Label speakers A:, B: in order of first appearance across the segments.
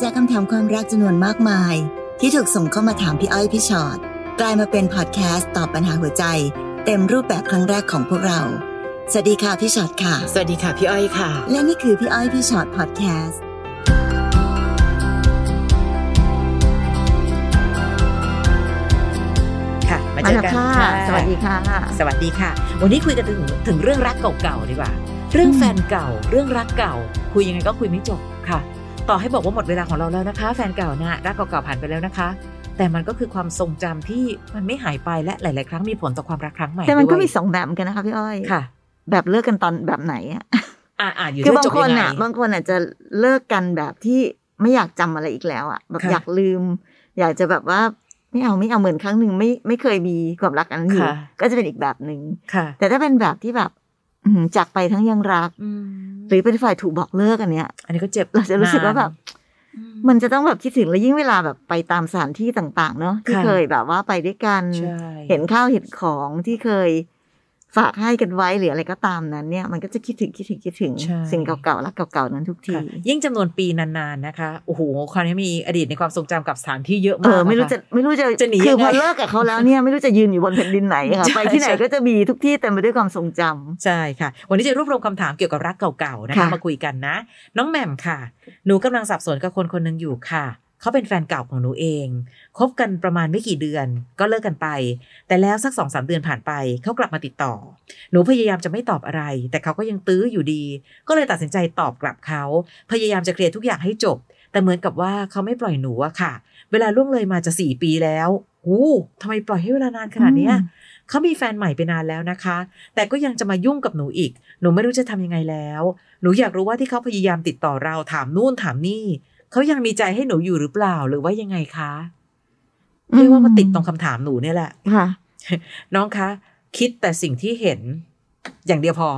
A: จากคำถามความรักจำนวนมากมาย ที่ถูกส่งเข้ามาถามพี่อ้อยพี่ชอ็อตกลายมาเป็นพอดแคสต์ตอบปัญหาหัวใจ เต็มรูปแบบครั้งแรกของพวกเรา สวัสดีค่ะพี่ชอ็อตค่ะ
B: สวัสดีค่ะพี่อ้อยค่ะ
A: และนี่คือพี่อ้อยพี่ชอ็อตพอดแคสต์
B: ค่ะมาเจอกันค่ะ
C: สวัสดีค่ะ
B: สวัสดีค่ะ วันนี้คุยกันถึงถึงเรื่องรักเก่าๆดีกว่า เรื่องแฟนเก่า เรื่องรักเก่า คุยยังไงก็คุยไม่จบค่ะ ต่อให้บอกว่าหมดเวลาของเราแล้วนะคะ แฟนเก่านะรักเก่าๆผ่านไปแล้วนะคะ แต่มันก็คือความทรงจำที่มันไม่หายไปและหลาย ๆ ครั้งมีผลต่อความรักครั้งใหม่
C: แต่มันก็
B: ด้วย
C: มีสองแบบเหมือนกันนะคะพี่อ้อย
B: ค่ะ
C: แบบเลิกกันตอนแบบไหนอ่ะ
B: อ่าอ่าอยู่
C: คือ
B: ที่
C: บา
B: จ
C: ง
B: บ
C: ค
B: ยั
C: น
B: งไง
C: อ่ะ บางคนอาจจะเลิกกันแบบที่ไม่อยากจำอะไรอีกแล้วอ่ะ แบบ
B: ค่ะ
C: อยากลืม อยากจะแบบว่าไม่เอาไม่เอาเหมือนครั้งหนึ่งไม่ไม่เคยมีความรักอันนั้นอยู่
B: ค่ะ
C: ก็จะเป็นอีกแบบหนึ่ง
B: ค่ะ
C: แต่ถ้าเป็นแบบที่แบบอื้อหือจากไปทั้งยังรัก
B: อืม
C: หรือเป็นฝ่ายถูกบอกเลิกอันเนี้ย
B: อันนี้ก็เจ็บ
C: เราจะรู้สึกว่าแบบ
B: น
C: มันจะต้องแบบคิดถึงแล้วยิ่งเวลาแบบไปตามสถานที่ต่าง ๆ เนาะที่
B: ค่ะ
C: เคยแบบว่าไปด้วยกัน
B: ใช่
C: เห็นข้าวเห็นของที่เคยฝากให้กันไว้หรืออะไรก็ตามนั้นเนี่ย มันก็จะคิดถึงคิดถึงคิดถึง
B: ใช่
C: สิ่งเก่าๆรักเก่าๆนั้นทุกที
B: ค่ะยิ่งจำนวนปีนานๆนะคะโอ้โหคราวนี้มีอดีตในความทรงจำกับสถานที่เยอะ
C: เอ
B: มาก
C: อไม่
B: นค
C: รู้จะไม่รู้จะ
B: จะหนี
C: คือ
B: ยังไง
C: พอเลิกกับเขาแล้วเนี่ยไม่รู้จะยืนอยู่บนแผ่นดินไหนค่ะ
B: ใช่
C: ไปที่ไหน
B: ใช่
C: ก็จะมีทุกที่เต็มไปด้วยความทรงจำ
B: ใช่ค่ะ วันนี้จะรวบรวมคำถามเกี่ยวกับรักเก่าๆนะคะ
C: ค่ะ
B: มาคุยกันนะ น้องแหม่มค่ะ หนูกำลังสับสนกับคนคนหนึ่งอยู่ค่ะ เขาเป็นแฟนเก่าของหนูเอง คบกันประมาณไม่กี่เดือน ก็เลิกกันไป แต่แล้วสักสองสามเดือนผ่านไป เขากลับมาติดต่อ หนูพยายามจะไม่ตอบอะไร แต่เขาก็ยังตื้ออยู่ดี ก็เลยตัดสินใจตอบกลับเขา พยายามจะเคลียร์ทุกอย่างให้จบ แต่เหมือนกับว่าเขาไม่ปล่อยหนูอะค่ะ เวลาล่วงเลยมาจะสี่ปีแล้วอู้ทำไมปล่อยให้เวลานานขนาดเนี้ย เขามีแฟนใหม่ไปนานแล้วนะคะ แต่ก็ยังจะมายุ่งกับหนูอีก หนูไม่รู้จะทำยังไงแล้ว หนูอยากรู้ว่าที่เขาพยายามติดต่อเราถามนู่นถามนี่ เขายังมีใจให้หนูอยู่หรือเปล่าหรือว่ายังไงคะ
C: อืม
B: เรียกว่ามาติดตรงคำถามหนูเนี่ยแหละ
C: ค่ะ
B: น้องคะ คิดแต่สิ่งที่เห็น อย่างเดียวพอ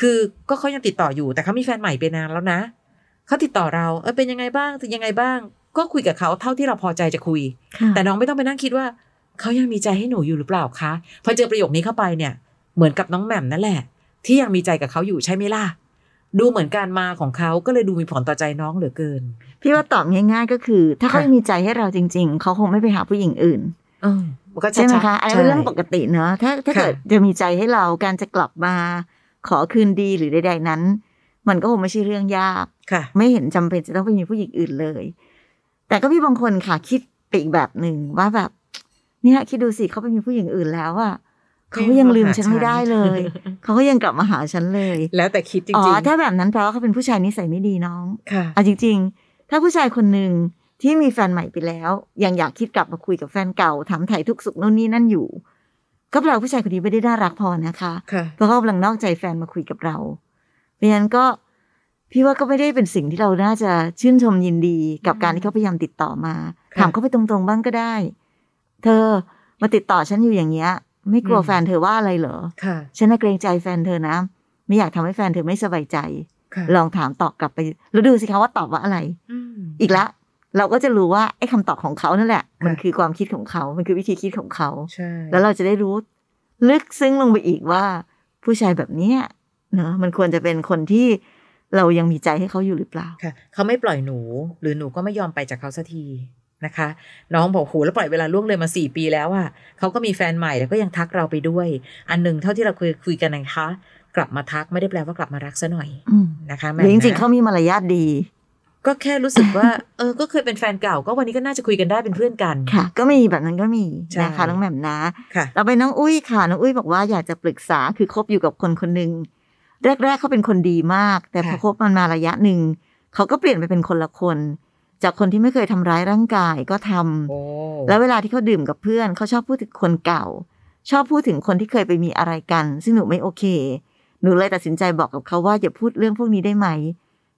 B: คือก็เขายังติดต่ออยู่ แต่เขามีแฟนใหม่ไปนานแล้วนะเขาติดต่อเราเออเป็นยังไงบ้างเป็นยังไงบ้าง ก็คุยกับเขาเท่าที่เราพอใจจะคุย
C: ค่ะ
B: แต่น้องไม่ต้องไปนั่งคิดว่า เขายังมีใจให้หนูอยู่หรือเปล่าคะพอเจอประโยคนี้เข้าไปเนี่ยเหมือนกับน้องแหม่มนั่นแหละ ที่ยังมีใจกับเขาอยู่ใช่ไหมล่ะดูเหมือนการมาของเขาก็เลยดูมีผลต่อใจน้องเหลือเกิน
C: พี่ว่าตอบง่าย ๆ ก็คือ ถ้าเขา
B: ค่ะ
C: ยังมีใจให้เราจริง ๆ เขาคงไม่ไปหาผู้หญิงอื่น
B: เออก็ชัดๆ
C: ใช่ไหมคะอันนี้นเป็น
B: ใช่
C: เรื่องปกติเนอะถ้าถ้า
B: ค่ะ
C: เกิดจะมีใจให้เราการจะกลับมาขอคืนดีหรือใดๆนั้น มันก็คงไม่ใช่เรื่องยาก
B: ค่ะ
C: ไม่เห็นจำเป็นจะต้องไปมีผู้หญิงอื่นเลย แต่ก็มีบางคนค่ะคิดไปอีกแบบหนึ่งว่าแบบ เนี่ยคิดดูสิเขาไปมีผู้หญิงอื่นแล้วอะเขาก็ยังลืมฉันไม่ได้เลย เขาก็ยังกลับมาหาฉันเลย
B: แล้วแต่คิดจริง
C: อ๋อ
B: ๆ
C: ถ้าแบบนั้นแปลว่าเขาเป็นผู้ชายนิสัยไม่ดีน้อง
B: ค่ะ
C: อ่ะจริง ๆ ถ้าผู้ชายคนหนึ่งที่มีแฟนใหม่ไปแล้ว ยังอยากคิดกลับมาคุยกับแฟนเก่าถามไถ่ทุกสุขนู่นนี่นั่นอยู่ ก็แปลว่าผู้ชายคนนี้ไม่ได้น่ารักพอนะคะ
B: ค่ะ
C: เพราะเขากำลังนอกใจแฟนมาคุยกับเรา เพราะฉะนั้นก็พี่ว่าก็ไม่ได้เป็นสิ่งที่เราน่าจะชื่นชมยินดีกับ
B: อืม
C: การที่เขาพยายามติดต่อมา
B: ค่ะ
C: ถามเขาไปตรงๆบ้างก็ได้ เธอมาติดต่อฉันอยู่อย่างเงี้ย ไม่กลัว
B: อืม
C: แฟนเธอว่าอะไรเหรอ
B: ค่ะ
C: ฉันน่ะเกรงใจแฟนเธอนะ ไม่อยากทำให้แฟนเธอไม่สบายใจ
B: ค่ะ
C: ลองถามตอบกลับไป แล้วดูสิคะว่าตอบว่าอะไร
B: อืม
C: อีกละ เราก็จะรู้ว่าไอ้คำตอบของเขานั่นแหละ มัน
B: ค่ะ
C: คือความคิดของเขา มันคือวิธีคิดของเขา
B: ใช่
C: แล้วเราจะได้รู้ลึกซึ้งลงไปอีกว่า ผู้ชายแบบเนี้ยเนอะมันควรจะเป็นคนที่เรายังมีใจให้เขาอยู่หรือเปล่า
B: ค่ะเขาไม่ปล่อยหนู หรือหนูก็ไม่ยอมไปจากเขาสักทีนะคะ น้องบอกโหแล้วปล่อยเวลาล่วงเลยมาสี่ปีแล้วอะเขาก็มีแฟนใหม่แล้วก็ยังทักเราไปด้วย อันหนึ่งเท่าที่เราคุยคุยกันนะคะ กลับมาทักไม่ได้แปลว่ากลับมารักซะหน่อย
C: อืม
B: นะคะ
C: ห
B: แม่
C: รือจริงๆ
B: นะ
C: เขามีมารยาทดี
B: ก็แค่รู้สึกว่า เออก็เคยเป็นแฟนเก่าก็วันนี้ก็น่าจะคุยกันได้เป็นเพื่อนกัน
C: ค่ะ ก็มีแบบนั้นก็มี
B: ใช่
C: นะคะน้องแหม่มนะ
B: ค่ะ
C: เราไปน้องอุ้ยค่ะน้องอุ้ยบอกว่าอยากจะปรึกษาคือคบอยู่กับคนคนหนึ่งแรก ๆเขาเป็นคนดีมาก แต่พอ
B: ค่ะ
C: คบมันมาระยะหนึ่งเขาก็เปลี่ยนไปเป็นคนละคน จากคนที่ไม่เคยทำร้ายร่างกายก็ทำ
B: โอ้
C: แล้วเวลาที่เขาดื่มกับเพื่อนเขาชอบพูดถึงคนเก่า ชอบพูดถึงคนที่เคยไปมีอะไรกัน ซึ่งหนูไม่โอเค หนูเลยตัดสินใจบอกกับเขาว่าอย่าพูดเรื่องพวกนี้ได้ไหม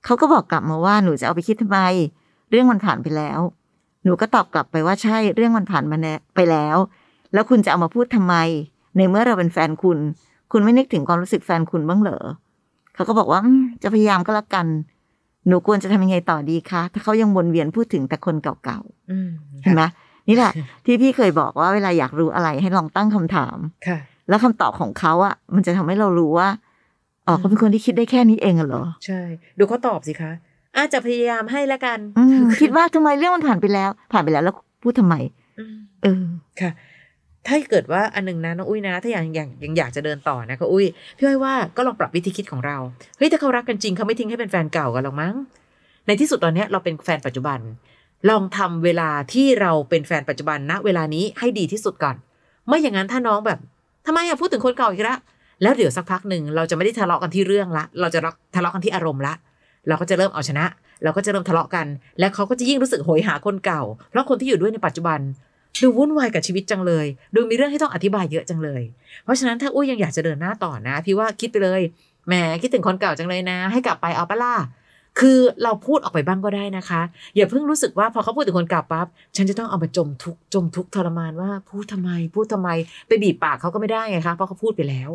C: เขาก็บอกกลับมาว่าหนูจะเอาไปคิดทำไม เรื่องมันผ่านไปแล้ว หนูก็ตอบกลับไปว่าใช่เรื่องมันผ่านมาแน่ไปแล้ว แล้วคุณจะเอามาพูดทำไม ในเมื่อเราเป็นแฟนคุณ คุณไม่นึกถึงความรู้สึกแฟนคุณบ้างเหรอเขาก็บอกว่าอืมจะพยายามก็แล้วกัน หนูควรจะทำยังไงต่อดีคะถ้าเขายังวนเวียนพูดถึงแต่คนเก่าๆ
B: อืม
C: เห็นไหมนี่แหละ ที่พี่เคยบอกว่าเวลาอยากรู้อะไรให้ลองตั้งคำถาม
B: ค่ะ
C: แล้วคำตอบของเขาอ่ะ มันจะทำให้เรารู้ว่าอ๋อ
B: อืม
C: เขาเป็นคนที่คิดได้แค่นี้เองอะเหรอ
B: ใช่ ดูเขาตอบสิคะ อาจจะพยายามให้ละกัน
C: อื มคิดว่าทำไมเรื่องมันผ่านไปแล้ว ผ่านไปแล้วแล้วพูดทำไม
B: อืม
C: เออ
B: ค่ะ ถ้าเกิดว่าอันหนึ่งนะน้องอุ้ยนะ ถ้าอย่างอย่างยังอยากจะเดินต่อนะคะอุ้ยพี่อ้อยว่าก็ลองปรับวิธีคิดของเราเฮ้ยถ้าเขารักกันจริงเขาไม่ทิ้งให้เป็นแฟนเก่ากันหรอกมั้ง ในที่สุดตอนเนี้ยเราเป็นแฟนปัจจุบัน ลองทำเวลาที่เราเป็นแฟนปัจจุบันณเวลานี้ให้ดีที่สุดก่อน ไม่อย่างนั้นถ้าน้องแบบทำไมอะพูดถึงคนเก่าอีกละแล้วเดี๋ยวสักพักหนึ่งเราจะไม่ได้ทะเลาะกันที่เรื่องละ เราจะทะเลาะกันที่อารมณ์ละ เราก็จะเริ่มเอาชนะ เราก็จะเริ่มทะเลาะกัน และเขาก็จะยิ่งรู้สึกโหยหาคนเก่า เพราะคนที่อยู่ด้วยในปัจจุบัน ดูวุ่นวายกับชีวิตจังเลย ดูมีเรื่องให้ต้องอธิบายเยอะจังเลย เพราะฉะนั้นถ้าอุ้ยยังอยากจะเดินหน้าต่อนะ พี่ว่าคิดไปเลยแหมคิดถึงคนเก่าจังเลยนะ ให้กลับไปเอาปะล่ะคือเราพูดออกไปบ้างก็ได้นะคะ อย่าเพิ่งรู้สึกว่าพอเขาพูดถึงคนเก่าปั๊บฉันจะต้องเอามาจมทุกข์จมทุกข์ทรมานว่าพูดทำไม พูดทำไม ไปบีบปากเขาก็ไม่ได้ไงคะเพราะเขาพูดไปแล้ว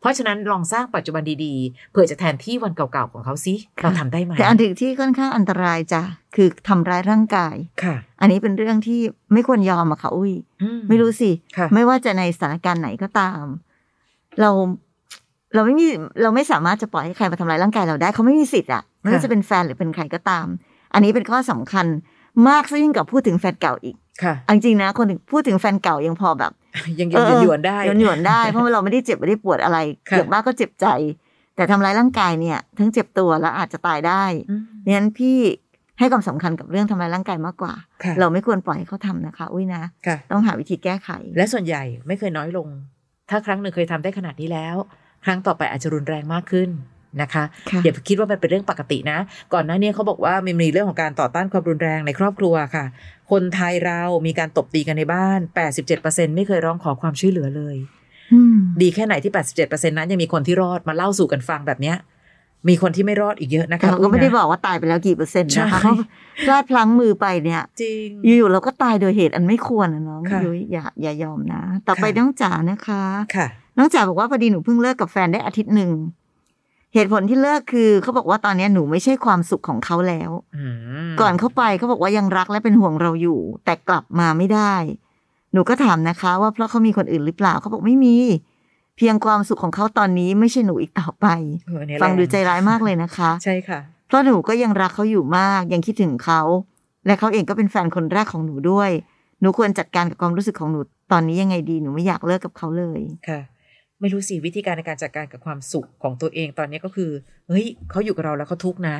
B: เพราะฉะนั้นลองสร้างปัจจุบันดีๆเผื่อจะแทนที่วันเก่าๆของเขาซิเราทำได้ไหม
C: แต่อันถึงที่ค่อนข้างอันตรายจ้ะคือทำร้ายร่างกาย
B: ค่ะ
C: อันนี้เป็นเรื่องที่ไม่ควรยอมอะค่ะอุ้ย
B: อื
C: ไม่รู้สิ
B: ค่ะ
C: ไม่ว่าจะในสถานการณ์ไหนก็ตาม เราเราไม่มีเราไม่สามารถจะปล่อยให้ใครมาทำร้ายร่างกายเราได้เขาไม่มีสิทธิ์อ่ะไม่ว่าจะเป็นแฟนหรือเป็นใครก็ตาม อันนี้เป็นข้อสำคัญมากซะยิ่งกับพูดถึงแฟนเก่าอีก
B: ค่ะ
C: เอาจริงๆนะ คนพูดถึงแฟนเก่ายังพอแบบ
B: ยังยังหยวนๆได้
C: เออหยวนๆได้เพราะว่าเราไม่ได้เจ็บไม่ได้ปวดอะไร
B: ค่ะ
C: เจ็บมากก็เจ็บใจ แต่ทำร้ายร่างกายเนี่ย ทั้งเจ็บตัวและอาจจะตายได้
B: อืม
C: ดังนั้นพี่ให้ความสำคัญกับเรื่องทำร้ายร่างกายมากกว่า
B: ค่ะ
C: เราไม่ควรปล่อยให้เขาทำนะคะ อุ้ยนะ
B: ค่ะ
C: ต้องหาวิธีแก้ไข
B: และส่วนใหญ่ไม่เคยน้อยลง ถ้าครั้งหนึ่งเคยทำได้ขนาดนี้แล้ว ครั้งต่อไปอาจจะรุนแรงมากขึ้นนะคะ
C: ค่ะ
B: อย่าไปคิดว่ามันเป็นเรื่องปกตินะ ก่อนหน้านี้เขาบอกว่ามันมีเรื่องของการต่อต้านความรุนแรงในครอบครัวค่ะ คนไทยเรามีการตบตีกันในบ้าน 87%ไม่เคยร้องขอความช่วยเหลือเลย
C: อืม
B: ดีแค่ไหนที่ 87%นั้นยังมีคนที่รอดมาเล่าสู่กันฟังแบบเนี้ย มีคนที่ไม่รอดอีกเยอะนะคะ
C: เราก็ไม่ได้
B: ยนะ
C: บอกว่าตายไปแล้วกี่เปอร์เซ็นต์นะคะเพ
B: ใช่
C: ราะพลาดพลั้งมือไปเนี่ย
B: จริง
C: อยู่ๆเราก็ตายโดยเหตุอันไม่ควรนะน้อง
B: ค่ะ
C: ยุ้ยอย่าอย่ายอมนะ ต่อไป
B: ค่ะ
C: น้องจ๋านะคะ
B: ค่ะ
C: น้องจ๋าบอกว่าพอดีหนูเพิ่งเลิกกับแฟนได้อาทิตย์หนึ่งเหตุผลที่เลิกคือเขาบอกว่าตอนเนี้ยหนูไม่ใช่ความสุขของเขาแล้ว
B: อืม
C: ก่อนเข้าไปเขาบอกว่ายังรักและเป็นห่วงเราอยู่ แต่กลับมาไม่ได้ หนูก็ถามนะคะ ว่าเพราะเขามีคนอื่นหรือเปล่าเขาบอกไม่มี เพียงความสุขของเขาตอนนี้ไม่ใช่หนูอีกต่อไป
B: เออเนี่ย
C: ฟังดูใจ
B: แร
C: ร้ายมากเลยนะคะ
B: ใช่ค่ะ
C: เพราะหนูก็ยังรักเขาอยู่มากยังคิดถึงเขา และเขาเองก็เป็นแฟนคนแรกของหนูด้วย หนูควรจัดการกับความรู้สึกของหนูตอนนี้ยังไงดีหนูไม่อยากเลิกกับเขาเลย
B: ค่ะไม่รู้สิวิธีการในการจัดการกับความสุขของตัวเองตอนนี้ก็คือเฮ้ยเขาอยู่กับเราแล้วเขาทุกข์นะ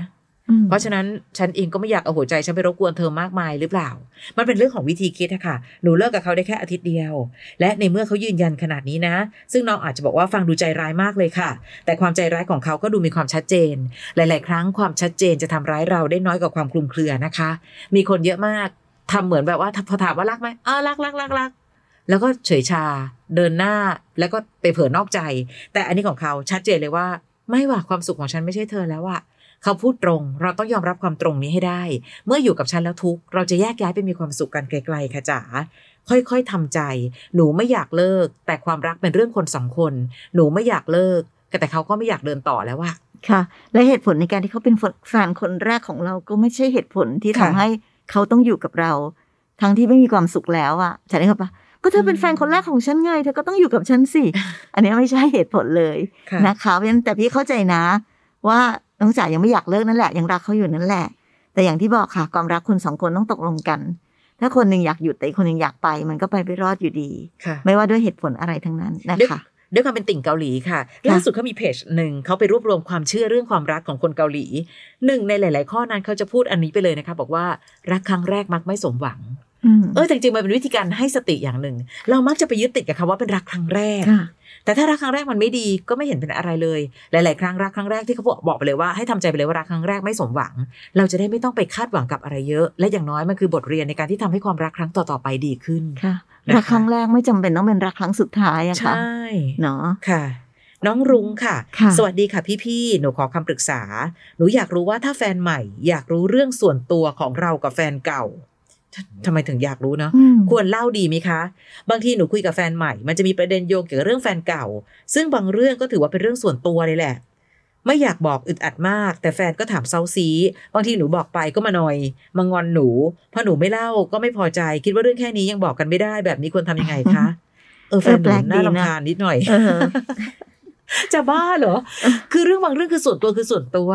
B: เพราะฉะนั้นฉันเองก็ไม่อยากเอาหัวใจฉันไปรบกวนเธอมากมายหรือเปล่า มันเป็นเรื่องของวิธีคิดอะค่ะหนูเลิกกับเขาได้แค่อาทิตย์เดียว และในเมื่อเขายืนยันขนาดนี้นะ ซึ่งน้องอาจจะบอกว่าฟังดูใจร้ายมากเลยค่ะ แต่ความใจร้ายของเขาก็ดูมีความชัดเจน หลาย ๆ ครั้งความชัดเจนจะทำร้ายเราได้น้อยกว่าความคลุมเครือนะคะ มีคนเยอะมากทำเหมือนแบบว่าพอถามว่ารักไหมเออรักรักรักรักแล้วก็เฉยชา เดินหน้าแล้วก็ไปเผลอนอกใจ แต่อันนี้ของเขาชัดเจนเลยว่า ไม่ว่าความสุขของฉันไม่ใช่เธอแล้วอะ เขาพูดตรง เราต้องยอมรับความตรงนี้ให้ได้ เมื่ออยู่กับฉันแล้วทุกข์เราจะแยกย้ายไปมีความสุขกันไกลๆค่ะจ๋า ค่อยๆทำใจ หนูไม่อยากเลิก แต่ความรักเป็นเรื่องคนสองคน หนูไม่อยากเลิก แต่เขาก็ไม่อยากเดินต่อแล้วว่ะ
C: ค่ะ และเหตุผลในการที่เขาเป็นแฟนคนแรกของเราก็ไม่ใช่เหตุผลที่ทำ
B: ค่ะ
C: ให้เขาต้องอยู่กับเรา ทั้งที่ไม่มีความสุขแล้วอะฉันได้เข้าปะก็เธอเป็น
B: อืม
C: แฟนคนแรกของฉันไงเธอก็ต้องอยู่กับฉันสิ อันนี้ไม่ใช่เหตุผลเลย นะคะเพราะฉะนั้นแต่พี่เข้าใจนะ ว่าน้องจ๋ายังไม่อยากเลิกนั่นแหละ ยังรักเขาอยู่นั่นแหละ แต่อย่างที่บอกค่ะความรักคนสองคนต้องตกลงกัน ถ้าคนหนึ่งอยากหยุดแต่อีกคนหนึ่งอยากไป มันก็ไปไม่รอดอยู่ดี
B: ค่ะ
C: ไม่ว่าด้วยเหตุผลอะไรทั้งนั้นนะ
B: ด้วย
C: คะ
B: ด้วยความเป็นติ่งเกาหลีค่ะ
C: ค่ะ
B: ล่าสุดเขามีเพจหนึ่งเขาไปรวบรวมความเชื่อเรื่องความรักของคนเกาหลีหนึ่งในหลาย ๆ ข้อนั้นเขาจะพูดอันนี้ไปเลยนะคะ บอกว่ารักครั้งแรกมักไม่สมหวัง
C: อืม
B: เออแต่จริงๆมันเป็นวิธีการให้สติอย่างหนึ่ง เรามักจะไปยึดติดกับคำว่าเป็นรักครั้งแรก
C: ค่ะ
B: แต่ถ้ารักครั้งแรกมันไม่ดีก็ไม่เห็นเป็นอะไรเลย หลาย ๆ ครั้งรักครั้งแรกที่เขาบอกบอกไปเลยว่าให้ทำใจไปเลยว่ารักครั้งแรกไม่สมหวัง เราจะได้ไม่ต้องไปคาดหวังกับอะไรเยอะ และอย่างน้อยมันคือบทเรียนในการที่ทำให้ความรักครั้งต่อ ๆ ไปดีขึ้น
C: ค่ะ
B: นะคะ
C: รักครั้งแรกไม่จำเป็นต้องเป็นรักครั้งสุดท้ายอะค่ะ
B: ใช่
C: เนาะ
B: ค่ะ น้องรุ้งค่ะ
C: ค่ะ
B: สวัสดีค่ะพี่ๆหนูขอคำปรึกษา หนูอยากรู้ว่าถ้าแฟนใหม่ อยากรู้เรื่องส่วนตัวของเรากับแฟนเก่าทำไมถึงอยากรู้เนาะ
C: อืม
B: ควรเล่าดีไหมคะ บางทีหนูคุยกับแฟนใหม่ มันจะมีประเด็นโยงเกี่ยวกับเรื่องแฟนเก่า ซึ่งบางเรื่องก็ถือว่าเป็นเรื่องส่วนตัวเลยแหละ ไม่อยากบอกอึดอัดมาก แต่แฟนก็ถามเซาซี บางทีหนูบอกไปก็มาหน่อย มางอนหนู พอหนูไม่เล่าก็ไม่พอใจ คิดว่าเรื่องแค่นี้ยังบอกกันไม่ได้แบบนี้ควรทำยังไงคะ เออแฟนหนูน่ารำคาญนิด หน่อย
C: เออ
B: จะบ้าเหรอ คือเรื่องบางเรื่องคือส่วนตัวคือส่วนตัว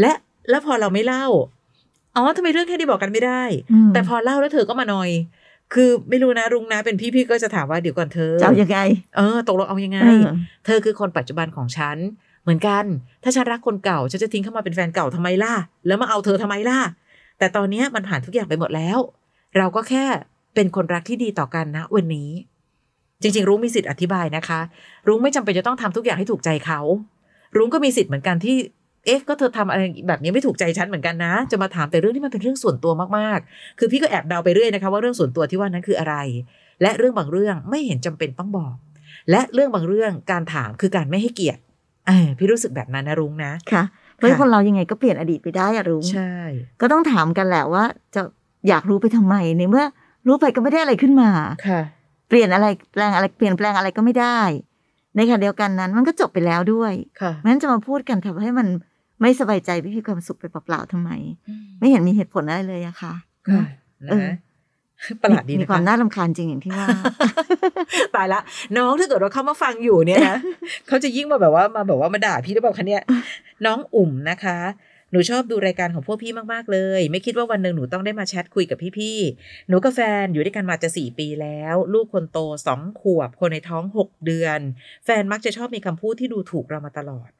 B: และ แล้วพอเราไม่เล่า อ๋อทำไมเรื่องแค่นี้บอกกันไม่ได้
C: ม
B: แต่พอเล่าแล้วเธอก็มาหนอย คือไม่รู้นะรุงนะเป็นพี่พี่ก็จะถามว่าเดี๋ยวก่อนเธอ
C: จะเอายังไง
B: เออตกลงเอายังไง
C: เออ
B: เธอคือคนปัจจุบันของฉัน เหมือนกัน ถ้าฉันรักคนเก่า ฉันจะทิ้งเข้ามาเป็นแฟนเก่าทำไมล่ะ แล้วมาเอาเธอทำไมล่ะ แต่ตอนเนี้ยมันผ่านทุกอย่างไปหมดแล้ว เราก็แค่เป็นคนรักที่ดีต่อกันนะ วันนี้ จริง ๆ รุ้งมีสิทธิ์อธิบายนะคะ รุ้งไม่จำเป็นจะต้องทำทุกอย่างให้ถูกใจเขา รุ้งก็มีสิทธิ์เหมือนกันที่ เอ๊ะก็เธอทำอะไรแบบนี้ไม่ถูกใจฉันเหมือนกันนะ จะมาถามแต่เรื่องที่มันเป็นเรื่องส่วนตัวมากๆ คือพี่ก็แอบเดาไปเรื่อยนะคะว่าเรื่องส่วนตัวที่ว่านั้นคืออะไร และเรื่องบางเรื่องไม่เห็นจำเป็นต้องบอก และเรื่องบางเรื่องการถามคือการไม่ให้เกียรติเออพี่รู้สึกแบบนั้นนะรุ้งนะ
C: ค่ะเพราะ
B: ค่ะ
C: คนเรายังไงก็เปลี่ยนอดีตไปได้อะรุ้ง
B: ใช่
C: ก็ต้องถามกันแหละว่า จะอยากรู้ไปทำไมในเมื่อ รู้ไปก็ไม่ได้อะไรขึ้นมา
B: ค่ะ
C: เปลี่ยนอะไรแปลงอะไรเปลี่ยนแปลงอะไรก็ไม่ได้ ในขณะเดียวกันนั้นมันก็จบไปแล้วด้วย
B: ค่ะ
C: งั้นจะมาพูดกันทำให้มันไม่สบายใจไม่มีความสุขไปเปล่าๆทำไม ไม่เห็นมีเหตุผลอะไรเลยอะค่ะ
B: ค่ะนะ
C: เออ
B: คะประหลาดดี
C: มี
B: นะ
C: ความ
B: คะ
C: น่ารำคาญจริงอย่างที่ว่า
B: ตายละ น้องถ้าเกิดว่าเขามาฟังอยู่เนี่ยนะ เขาจะยิ่งมาแบบว่ามาแบบว่ามาด่าพี่หรือเปล่าคะเนี่ยน้องอุ่มนะคะ หนูชอบดูรายการของพวกพี่มากๆเลย ไม่คิดว่าวันหนึ่งหนูต้องได้มาแชทคุยกับพี่ๆหนูกับแฟนอยู่ด้วยกันมาจะสี่ปีแล้ว ลูกคนโตสองขวบคนในท้องหกเดือน แฟนมักจะชอบมีคำพูดที่ดูถูกเรามาตลอด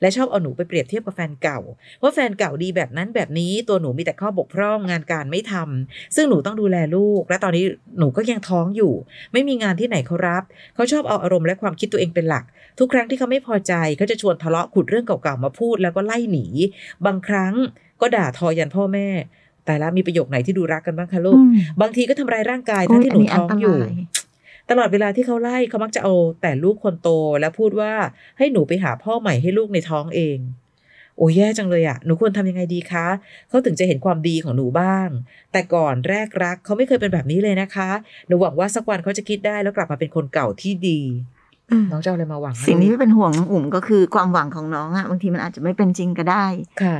B: และชอบเอาหนูไปเปรียบเทียบกับแฟนเก่า ว่าแฟนเก่าดีแบบนั้นแบบนี้ตัวหนูมีแต่ข้อบกพร่องงานการไม่ทำซึ่งหนูต้องดูแลลูก และตอนนี้หนูก็ยังท้องอยู่ ไม่มีงานที่ไหนเขารับ เขาชอบเอาอารมณ์และความคิดตัวเองเป็นหลัก ทุกครั้งที่เขาไม่พอใจเขาจะชวนทะเลาะขุดเรื่องเก่าๆมาพูดแล้วก็ไล่หนี บางครั้งก็ด่าทอยันพ่อแม่ แต่ละมีประโยคไหนที่ดูรักกันบ้างคะลูก บางทีก็ทำร้ายร่างกายทั้งที่หนูท้องอยู่
C: โอ้ยอันนี้อันตราย
B: ตลอดเวลาที่เขาไล่เขามักจะเอาแต่ลูกคนโตแล้วพูดว่าให้หนูไปหาพ่อใหม่ให้ลูกในท้องเอง โอ้ยแย่จังเลยอะหนูควรทำยังไงดีคะเขาถึงจะเห็นความดีของหนูบ้าง แต่ก่อนแรกรักเขาไม่เคยเป็นแบบนี้เลยนะคะ หนูหวังว่าสักวันเขาจะคิดได้แล้วกลับมาเป็นคนเก่าที่ดี
C: อืม
B: น้องจะเอาอะไรมาหวังคะ
C: สิ่งที่เป็นห่วงน้องอุ่มก็คือความหวังของน้องอะบางทีมันอาจจะไม่เป็นจริงก็ได้
B: ค่ะ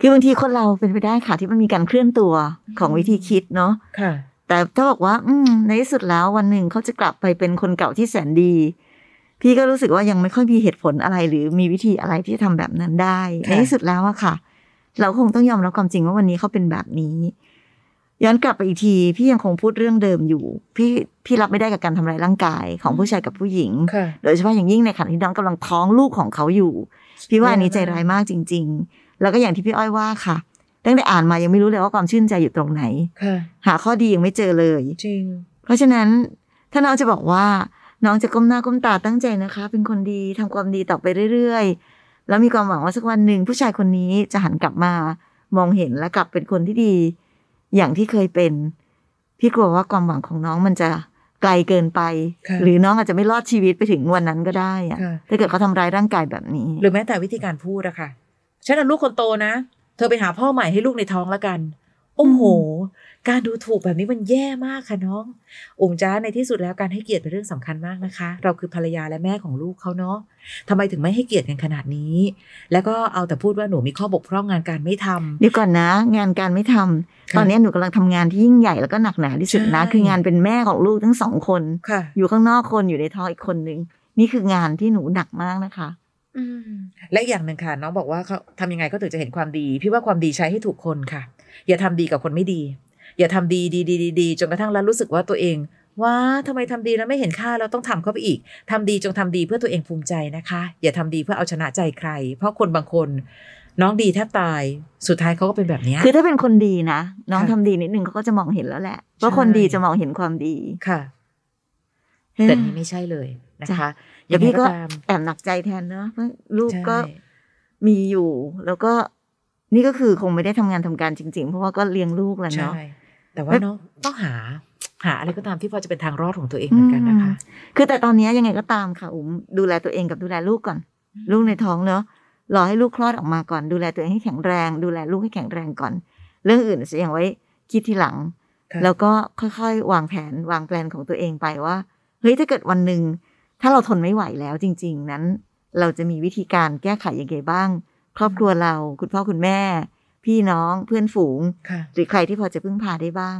C: คือบางทีคนเราเป็นไปได้ค่ะที่มันมีการเคลื่อนตัวของวิธีคิดเนาะ
B: ค่ะ
C: แต่ถ้าบอกว่า อืมในที่สุดแล้ววันหนึ่งเขาจะกลับไปเป็นคนเก่าที่แสนดี พี่ก็รู้สึกว่ายังไม่ค่อยมีเหตุผลอะไร หรือมีวิธีอะไรที่จะทำแบบนั้นได้
B: ค่ะ
C: ในที่สุดแล้วอะค่ะ เราคงต้องยอมรับความจริงว่าวันนี้เขาเป็นแบบนี้ย้อนกลับไปอีกที พี่ยังคงพูดเรื่องเดิมอยู่ พี่พี่รับไม่ได้กับการทำร้ายร่างกายของผู้ชายกับผู้หญิง
B: ค่ะ
C: โดยเฉพาะอย่างยิ่งในขณะที่น้องกำลังท้องลูกของเขาอยู่ พี่ว่าอันนี้ใจร้ายมากจริง ๆ แล้วก็อย่างที่พี่อ้อยว่าค่ะ ตั้งแต่อ่านมายังไม่รู้เลยว่าความชื่นใจอยู่ตรงไหน
B: ค่ะ
C: หาข้อดียังไม่เจอเลย
B: จริง
C: เพราะฉะนั้นถ้าน้องจะบอกว่าน้องจะก้มหน้าก้มตาตั้งใจนะคะ เป็นคนดีทำความดีต่อไปเรื่อยๆ แล้วมีความหวังว่าสักวันหนึ่งผู้ชายคนนี้จะหันกลับมามองเห็นและกลับเป็นคนที่ดี อย่างที่เคยเป็น พี่กลัวว่าความหวังของน้องมันจะไกลเกินไป
B: ค่ะ
C: หรือน้องอาจจะไม่รอดชีวิตไปถึงวันนั้นก็ได้อะ
B: ค่ะ
C: ถ้าเกิดเขาทำร้ายร่างกายแบบนี้
B: หรือแม้แต่วิธีการพูดอะค่ะ ฉันเอาลูกคนโตนะ เธอไปหาพ่อใหม่ให้ลูกในท้องแล้วกัน โอ้โห การดูถูกแบบนี้มันแย่มากค่ะน้อง อุ่มจ้าในที่สุดแล้วการให้เกียรติเป็นเรื่องสำคัญมากนะคะ เราคือภรรยาและแม่ของลูกเขาเนาะทำไมถึงไม่ให้เกียรติกันขนาดนี้ แล้วก็เอาแต่พูดว่าหนูมีข้อบกพร่องงานการไม่ทำ
C: เดี๋ยวก่อนนะ งานการไม่ทำ
B: ค่ะ
C: ตอนนี้หนูกำลังทำงานที่ยิ่งใหญ่แล้วก็หนักหนาที่สุดนะ
B: ใช่
C: คืองานเป็นแม่ของลูกทั้งสองคน
B: ค่ะ
C: อยู่ข้างนอกคนอยู่ในท้องอีกคนนึง นี่คืองานที่หนูหนักมากนะคะ
B: และอีกอย่างหนึ่งค่ะ น้องบอกว่าเขาทำยังไงก็ถึงจะเห็นความดี พี่ว่าความดีใช้ให้ถูกคนค่ะ อย่าทำดีกับคนไม่ดี อย่าทำดีดีดีดีดีจนกระทั่งแล้วรู้สึกว่าตัวเอง ว่าทำไมทำดีแล้วไม่เห็นค่าเราต้องทำเข้าไปอีกทำดีจงทำดีเพื่อตัวเองภูมิใจนะคะ อย่าทำดีเพื่อเอาชนะใจใคร เพราะคนบางคน น้องดีแทบตายสุดท้ายเขาก็เป็นแบบเนี้ย
C: คือถ้าเป็นคนดีนะ น้อง
B: ค่ะ
C: ทำดีนิดนึงเขาก็จะมองเห็นแล้วแหละว่า
B: ใช่
C: คนดีจะมองเห็นความดี
B: ค่ะ แต่นี้ไม่ใช่เลยนะคะ
C: แต่
B: งไง
C: พี่ก็
B: ตาม
C: แอบหนักใจแทนเนอะเพราะลูก
B: ใช่
C: ก็มีอยู่ แล้วก็นี่ก็คือคงไม่ได้ทำงานทำการจริง ๆ เพราะว่าก็เลี้ยงลูกแล้ว
B: ใช่
C: เนาะ
B: แต่ว่าน้องต้องหา หาอะไรก็ตามที่พอจะเป็นทางรอดของตัวเองเหมือนกันนะคะ
C: คือแต่ตอนนี้ยังไงก็ตามค่ะอุ๋มดูแลตัวเองกับดูแลลูกก่อน ลูกในท้องเนอะรอให้ลูกคลอดออกมาก่อน ดูแลตัวเองให้แข็งแรง ดูแลลูกให้แข็งแรงก่อน เรื่องอื่นจะยังไว้คิดทีหลัง
B: ค่ะ
C: แล้วก็ค่อยๆ วางแผนวางแปลนของตัวเองไปว่าเฮ้ยถ้าเกิดวันหนึ่งถ้าเราทนไม่ไหวแล้วจริง ๆ นั้น เราจะมีวิธีการแก้ไขยังไงบ้าง ครอบครัวเราคุณพ่อคุณแม่ พี่น้องเพื่อนฝูง
B: ค่ะ
C: หรือใครที่พอจะพึ่งพาได้บ้าง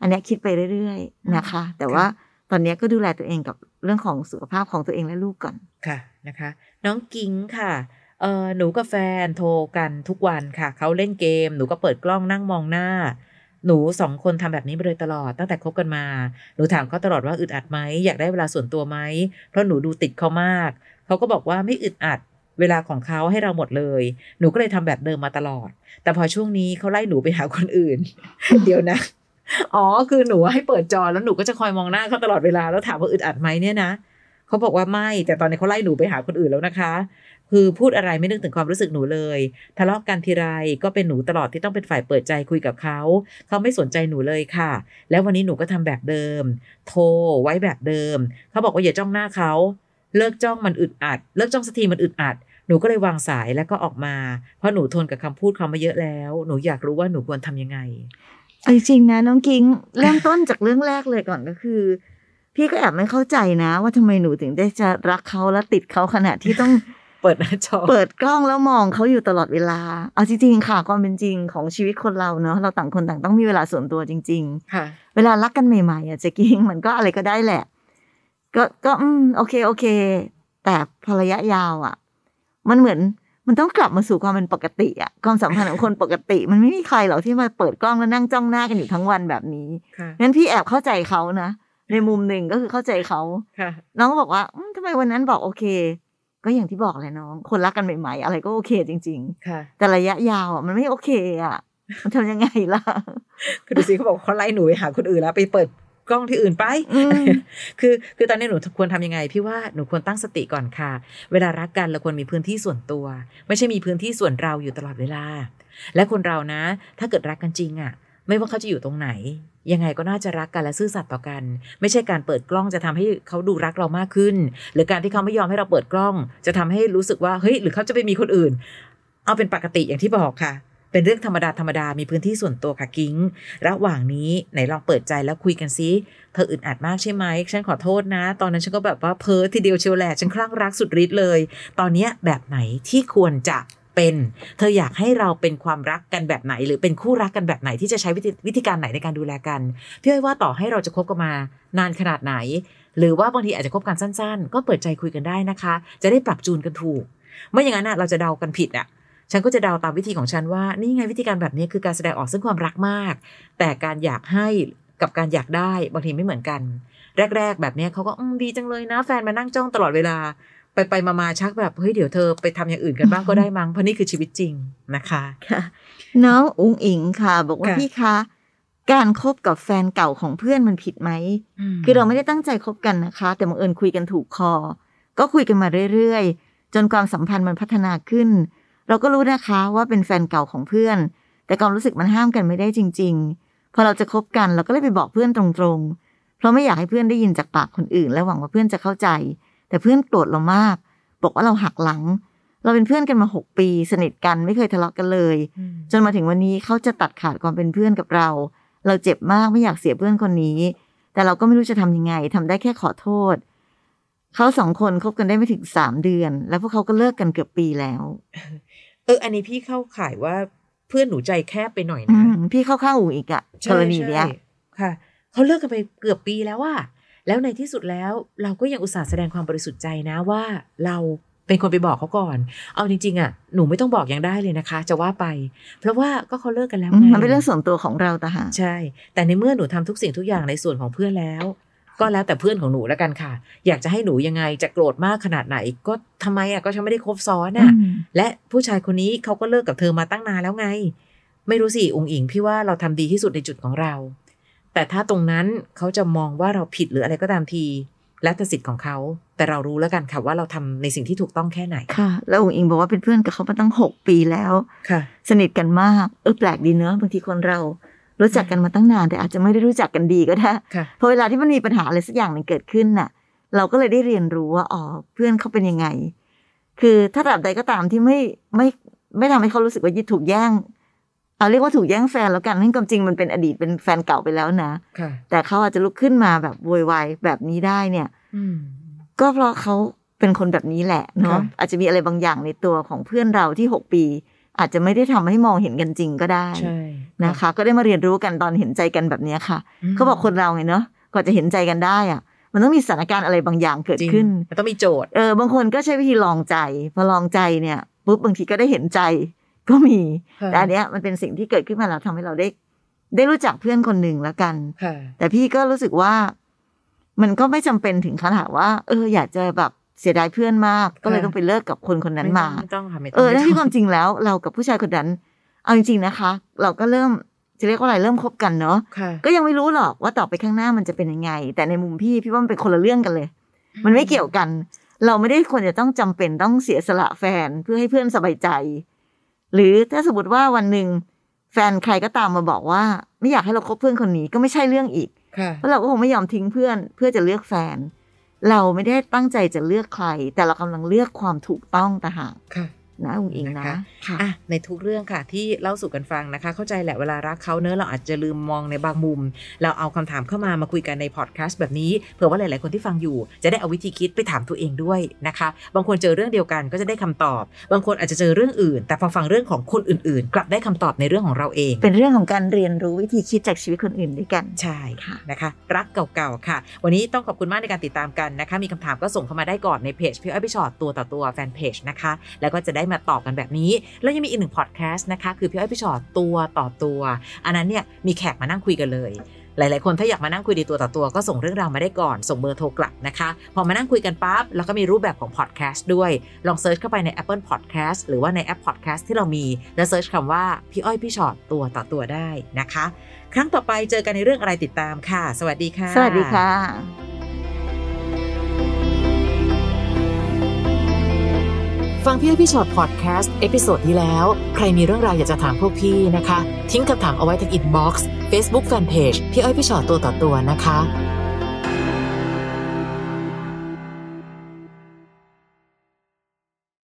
C: อันเนี้ยคิดไปเรื่อยๆนะคะ แต่
B: ค่ะ
C: ว่าตอนเนี้ยก็ดูแลตัวเองกับเรื่องของสุขภาพของตัวเองและลูกก่อน
B: ค่ะนะคะ น้องกิงค่ะ เออหนูกับแฟนโทรกันทุกวันค่ะ เขาเล่นเกม หนูก็เปิดกล้องนั่งมองหน้า หนูสองคนทำแบบนี้มาโดยตลอดตั้งแต่คบกันมา หนูถามเขาตลอดว่าอึดอัดไหมอยากได้เวลาส่วนตัวไหม เพราะหนูดูติดเขามาก เขาก็บอกว่าไม่อึดอัด เวลาของเขาให้เราหมดเลย หนูก็เลยทำแบบเดิมมาตลอด แต่พอช่วงนี้เขาไล่หนูไปหาคนอื่น เดี๋ยวนะ อ๋อ คือหนูให้เปิดจอแล้วหนูก็จะคอยมองหน้าเขาตลอดเวลาแล้วถามว่าอึดอัดไหมเนี่ยนะ เขาบอกว่าไม่ แต่ตอนนี้เขาไล่หนูไปหาคนอื่นแล้วนะคะ คือพูดอะไรไม่นึกถึงความรู้สึกหนูเลย ทะเลาะกันทีไรก็เป็นหนูตลอดที่ต้องเป็นฝ่ายเปิดใจคุยกับเขา เขาไม่สนใจหนูเลยค่ะ แล้ววันนี้หนูก็ทำแบบเดิม โทรไว้แบบเดิม เขาบอกว่าอย่าจ้องหน้าเขา เลิกจ้องมันอึดอัด เลิกจ้องสักทีมันอึดอัด หนูก็เลยวางสายแล้วก็ออกมา เพราะหนูทนกับคำพูดเขามาเยอะแล้ว หนูอยากรู้ว่าหนูควรทำยังไง
C: เอาจริงๆนะน้องกิ้งเริ่มต้นจากเรื่องแรกเลยก่อนก็คือ พี่ก็แอบไม่เข้าใจนะ ว่าทำไมหนูถึงได้จะรักเขาและติดเขาขนาดที่ต้อง
B: เปิดหน้าจอ
C: เปิดกล้องแล้วมองเขาอยู่ตลอดเวลา เอาจริงๆค่ะความเป็นจริงของชีวิตคนเราเนอะเราต่างคนต่างต้องมีเวลาส่วนตัวจริง
B: ค่ะ
C: ๆ เวลารักกันใหม่ๆอ่ะเจะกิ้งมันก็อะไรก็ได้แหละ ก็ก็อืมโอเคโอเค แต่พอระยะยาวอ่ะ มันเหมือนมันต้องกลับมาสู่ความเป็นปกติอ่ะความสัมพันธ์ของคนปกติ มันไม่มีใครหรอกที่มาเปิดกล้องแล้วนั่งจ้องหน้ากันอยู่ทั้งวันแบบนี้
B: ค่ะ
C: งั้นพี่แอบเข้าใจเขานะ ในมุมหนึ่งก็คือเข้าใจเขา
B: ค่ะ
C: น้องก็บอกว่าอืมทำไมวันนั้นบอกโอเค ก็อย่างที่บอกแหละน้อง คนรักกันใหม่ ๆ อะไรก็โอเคจริง
B: ค่ะ
C: ๆ แต่ระยะยาวอ่ะมันไม่โอเคอ่ะ มันทำยังไงล่ะ
B: คือดูสิเขาบอกเขาไล่หนูไปหาคนอื่นแล้วไปเปิดกล้องที่อื่นไป
C: อืม
B: คือคือตอนนี้หนูควรทำยังไงพี่ว่าหนูควรตั้งสติก่อนค่ะ เวลารักกันเราควรมีพื้นที่ส่วนตัว ไม่ใช่มีพื้นที่ส่วนเราอยู่ตลอดเวลา และคนเรานะ ถ้าเกิดรักกันจริงอะไม่ว่าเขาจะอยู่ตรงไหน ยังไงก็น่าจะรักกันและซื่อสัตย์ต่อกัน ไม่ใช่การเปิดกล้องจะทำให้เขาดูรักเรามากขึ้น หรือการที่เขาไม่ยอมให้เราเปิดกล้อง จะทำให้รู้สึกว่าเฮ้ยหรือเขาจะไปมีคนอื่น เอาเป็นปกติอย่างที่บอกค่ะ เป็นเรื่องธรรมดาธรรมดามีพื้นที่ส่วนตัวค่ะกิ้ง ระหว่างนี้ไหนลองเปิดใจแล้วคุยกันซิ เธออึดอัดมากใช่ไหม ฉันขอโทษนะ ตอนนั้นฉันก็แบบว่าเพ้อทีเดียวเชียวแหละฉันคลั่งรักสุดฤทธิ์เลย ตอนเนี้ยแบบไหนที่ควรจะเป็น เธออยากให้เราเป็นความรักกันแบบไหน หรือเป็นคู่รักกันแบบไหนที่จะใช้วิธีวิธีการไหนในการดูแลกัน พี่อ้อยว่าต่อให้เราจะคบกันมานานขนาดไหน หรือว่าบางทีอาจจะคบกันสั้น ๆ ก็เปิดใจคุยกันได้นะคะ จะได้ปรับจูนกันถูก ไม่อย่างนั้นน่ะเราจะเดากันผิดอ่ะ ฉันก็จะเดาตามวิธีของฉันว่า นี่ไงวิธีการแบบนี้คือการแสดงออกซึ่งความรักมาก แต่การอยากให้กับการอยากได้บางทีไม่เหมือนกัน แรก ๆ แบบเนี้ยเขาก็อืมดีจังเลยนะ แฟนมานั่งจ้องตลอดเวลา ไปไปๆมาๆชักแบบเฮ้ยเดี๋ยวเธอไปทำอย่างอื่นกันบ้างก็ได้มั้งเพราะนี่คือชีวิตจริงนะคะ
C: ค่ะ น้องอุ๋งอิงค่ะ บอกว่า
B: ค่ะ
C: พี่คะ การคบกับแฟนเก่าของเพื่อนมันผิดไหม คือเราไม่ได้ตั้งใจคบกันนะคะ แต่บังเอิญคุยกันถูกคอ ก็คุยกันมาเรื่อยๆ จนความสัมพันธ์มันพัฒนาขึ้น เราก็รู้นะคะว่าเป็นแฟนเก่าของเพื่อน แต่ความรู้สึกมันห้ามกันไม่ได้จริง ๆ พอเราจะคบกันเราก็เลยไปบอกเพื่อนตรงๆ เพราะไม่อยากให้เพื่อนได้ยินจากปากคนอื่น และหวังว่าเพื่อนจะเข้าใจ แต่เพื่อนโกรธเรามาก บอกว่าเราหักหลัง เราเป็นเพื่อนกันมาหกปี สนิทกันไม่เคยทะเลาะกันเลย จนมาถึงวันนี้เขาจะตัดขาดความเป็นเพื่อนกับเรา เราเจ็บมากไม่อยากเสียเพื่อนคนนี้ แต่เราก็ไม่รู้จะทำยังไงทำได้แค่ขอโทษ เขาสองคนคบกันได้ไม่ถึงสามเดือน แล้วพวกเขาก็เลิกกันเกือบปีแล้ว
B: เอออันนี้พี่เข้าข่ายว่าเพื่อนหนูใจแคบไปหน่อย
C: อื
B: นะ
C: มพี่เข้าข้างอูอีกอะ
B: ใช่
C: กรณีเนี้ย
B: ใช่ค่ะเขาเลิกกันไปเกือบปีแล้วว่าแล้วในที่สุดแล้วเราก็ยังอุตส่าห์แสดงความบริสุทธิ์ใจนะว่า เราเป็นคนไปบอกเขาก่อน เอาจริงๆอ่ะหนูไม่ต้องบอกยังได้เลยนะคะ จะว่าไป เพราะว่าก็เขาเลิกกันแล้วไง
C: มันเป็นเรื่องส่วนตัวของเราต่างหาก
B: ใช่ แต่ในเมื่อหนูทำทุกสิ่งทุกอย่างในส่วนของเพื่อนแล้ว ก็แล้วแต่เพื่อนของหนูแล้วกันค่ะ อยากจะให้หนูยังไงจะโกรธมากขนาดไหน ก็ทำไมอ่ะก็ฉันไม่ได้คบซ้อน
C: อื
B: อ่ะ
C: ม
B: และผู้ชายคนนี้เขาก็เลิกกับเธอมาตั้งนานแล้วไง ไม่รู้สิองค์อิงพี่ว่าเราทำดีที่สุดในจุดของเรา แต่ถ้าตรงนั้นเขาจะมองว่าเราผิดหรืออะไรก็ตามที แล้วแต่สิทธิ์ของเขา แต่เรารู้แล้วกันค่ะว่าเราทำในสิ่งที่ถูกต้องแค่ไหน
C: ค่ะ แล้วอูอิงบอกว่าเป็นเพื่อนกับเขามาตั้งหกปีแล้ว
B: ค่ะ
C: สนิทกันมากเออแปลกดีเนอะบางทีคนเรา รู้จักกันมาตั้งนาน แต่อาจจะไม่ได้รู้จักกันดีก็ได้
B: ค่ะ
C: พอเวลาที่มันมีปัญหาอะไรสักอย่างหนึ่งเกิดขึ้นน่ะ เราก็เลยได้เรียนรู้ว่าอ๋อเพื่อนเขาเป็นยังไง คือถ้าตราบใดก็ตามที่ไม่ไม่ไม่ทำให้เขารู้สึกว่ายึดถูกแย่งเอาเรียกว่าถูกแย่งแฟนแล้วกันนั่นความจริงมันเป็นอดีตเป็นแฟนเก่าไปแล้วนะ
B: ค่ะ
C: แต่เขาอาจจะลุกขึ้นมาแบบโวยวายแบบนี้ได้เนี่ย
B: อืม
C: ก็เพราะเขาเป็นคนแบบนี้แหละเนาะ
B: ค่ะ
C: อาจจะมีอะไรบางอย่างในตัวของเพื่อนเราที่หกปี อาจจะไม่ได้ทำให้มองเห็นกันจริงก็ได้
B: ใช่
C: นะคะ ก็ได้มาเรียนรู้กันตอนเห็นใจกันแบบเนี้ยค่ะ
B: ม
C: เขาบอกคนเราไงเนาะกว่าจะเห็นใจกันได้อะมันต้องมีสถานการณ์อะไรบางอย่างเกิด
B: จริง
C: ขึ้น
B: มันต้องมีโจทย์
C: เออบางคนก็ใช้วิธีลองใจ พอลองใจเนี่ย ปุ๊บบางทีก็ได้เห็นใจก็มี
B: ค่ะ
C: แต่อันเนี้ยมันเป็นสิ่งที่เกิดขึ้นมาแล้วทำให้เราได้ ได้รู้จักเพื่อนคนหนึ่งแล้วกัน
B: ค่ะ
C: แต่พี่ก็รู้สึกว่า มันก็ไม่จำเป็นถึงขนาดว่า เออ อยากจะแบบเสียดายเพื่อนมาก ก็เลย
B: ค่ะ
C: ต้องไปเลิกกับคนคนนั้นมา
B: ไต้องค่ะไม่ต้อง
C: เออ
B: ไม่
C: แล้ว
B: ต้อง
C: ที่ความจริงแล้ว เรากับผู้ชายคนนั้น เอาจริงๆนะคะ เราก็เริ่มจะเรียกว่าอะไรเริ่มคบกันเนาะ
B: ค่ะ
C: ก็ยังไม่รู้หรอกว่าต่อไปข้างหน้ามันจะเป็นยังไง แต่ในมุมพี่พี่ว่ามันเป็นคนละเรื่องกันเลย มันไม่เกี่ยวกัน เราไม่ได้ควรจะต้องจำเป็นต้องเสียสละแฟนเพื่อให้เพื่อนสบายใจ หรือถ้าสมมติว่าวันหนึ่งแฟนใครก็ตามมาบอกว่า ไม่อยากให้เราคบเพื่อนคนนี้ก็ไม่ใช่เรื่องอีก
B: ค่ะ
C: เพราะเราก็คงไม่ยอมทิ้งเพื่อนเพื่อจะเลือกแฟน เราไม่ได้ตั้งใจจะเลือกใคร แต่เรากำลังเลือกความถูกต้องต่างหาก
B: ค่ะ
C: นะอุ้งอิงนะ
B: นะคะ
C: ค่ะ
B: อ่ะในทุกเรื่องค่ะที่เล่าสู่กันฟังนะคะ เข้าใจแหละเวลารักเขาเนอะเราอาจจะลืมมองในบางมุม เราเอาคำถามเข้ามามาคุยกันในพอดแคสต์แบบนี้เผื่อว่าหลาย ๆ คนที่ฟังอยู่ จะได้เอาวิธีคิดไปถามตัวเองด้วยนะคะ บางคนเจอเรื่องเดียวกันก็จะได้คำตอบ บางคนอาจจะเจอเรื่องอื่น แต่พอฟังเรื่องของคนอื่น ๆ กลับได้คำตอบในเรื่องของเราเอง
C: เป็นเรื่องของการเรียนรู้วิธีคิดจากชีวิตคนอื่นด้วยกัน
B: ใช่
C: ค่ะ
B: นะคะ รักเก่าๆค่ะ วันนี้ต้องขอบคุณมากในการติดตามกันนะคะ มีคำถามก็ส่งเข้ามาได้ก่อนในเพจพี่อ้อยพี่ชอตตัวต่อตัวแฟนเพจนะคะ แล้วก็จะได้มาตอบกันแบบนี้ แล้วยังมีอีกหนึ่งพอดแคสต์นะคะ คือพี่อ้อยพี่ชอตตัวต่อตัว อันนั้นเนี่ยมีแขกมานั่งคุยกันเลย หลาย ๆ คนถ้าอยากมานั่งคุยในตัวต่อตัวก็ส่งเรื่องราวมาได้ก่อน ส่งเบอร์โทรกลับนะคะ พอมานั่งคุยกันปั๊บแล้วก็มีรูปแบบของพอดแคสต์ด้วย ลองเซิร์ชเข้าไปใน Apple Podcast หรือว่าในแอปพอดแคสต์ที่เรามี แล้วเซิร์ชคำว่าพี่อ้อยพี่ชอตตัวต่อตัวได้นะคะ ครั้งต่อไปเจอกันในเรื่องอะไรติดตามค่ะ สวัสดีค่ะ
C: สวัสดีค่ะ
B: ฟังพี่อ้อยพี่ชอตพอดแคสต์เอพิโซดที่แล้ว ใครมีเรื่องราวอยากจะถามพวกพี่นะคะ ทิ้งคำถามเอาไว้ทางอินบ็อกซ์เฟซบุ๊กแฟนเพจพี่อ้อยพี่ชอตตัวต่อตัวนะคะ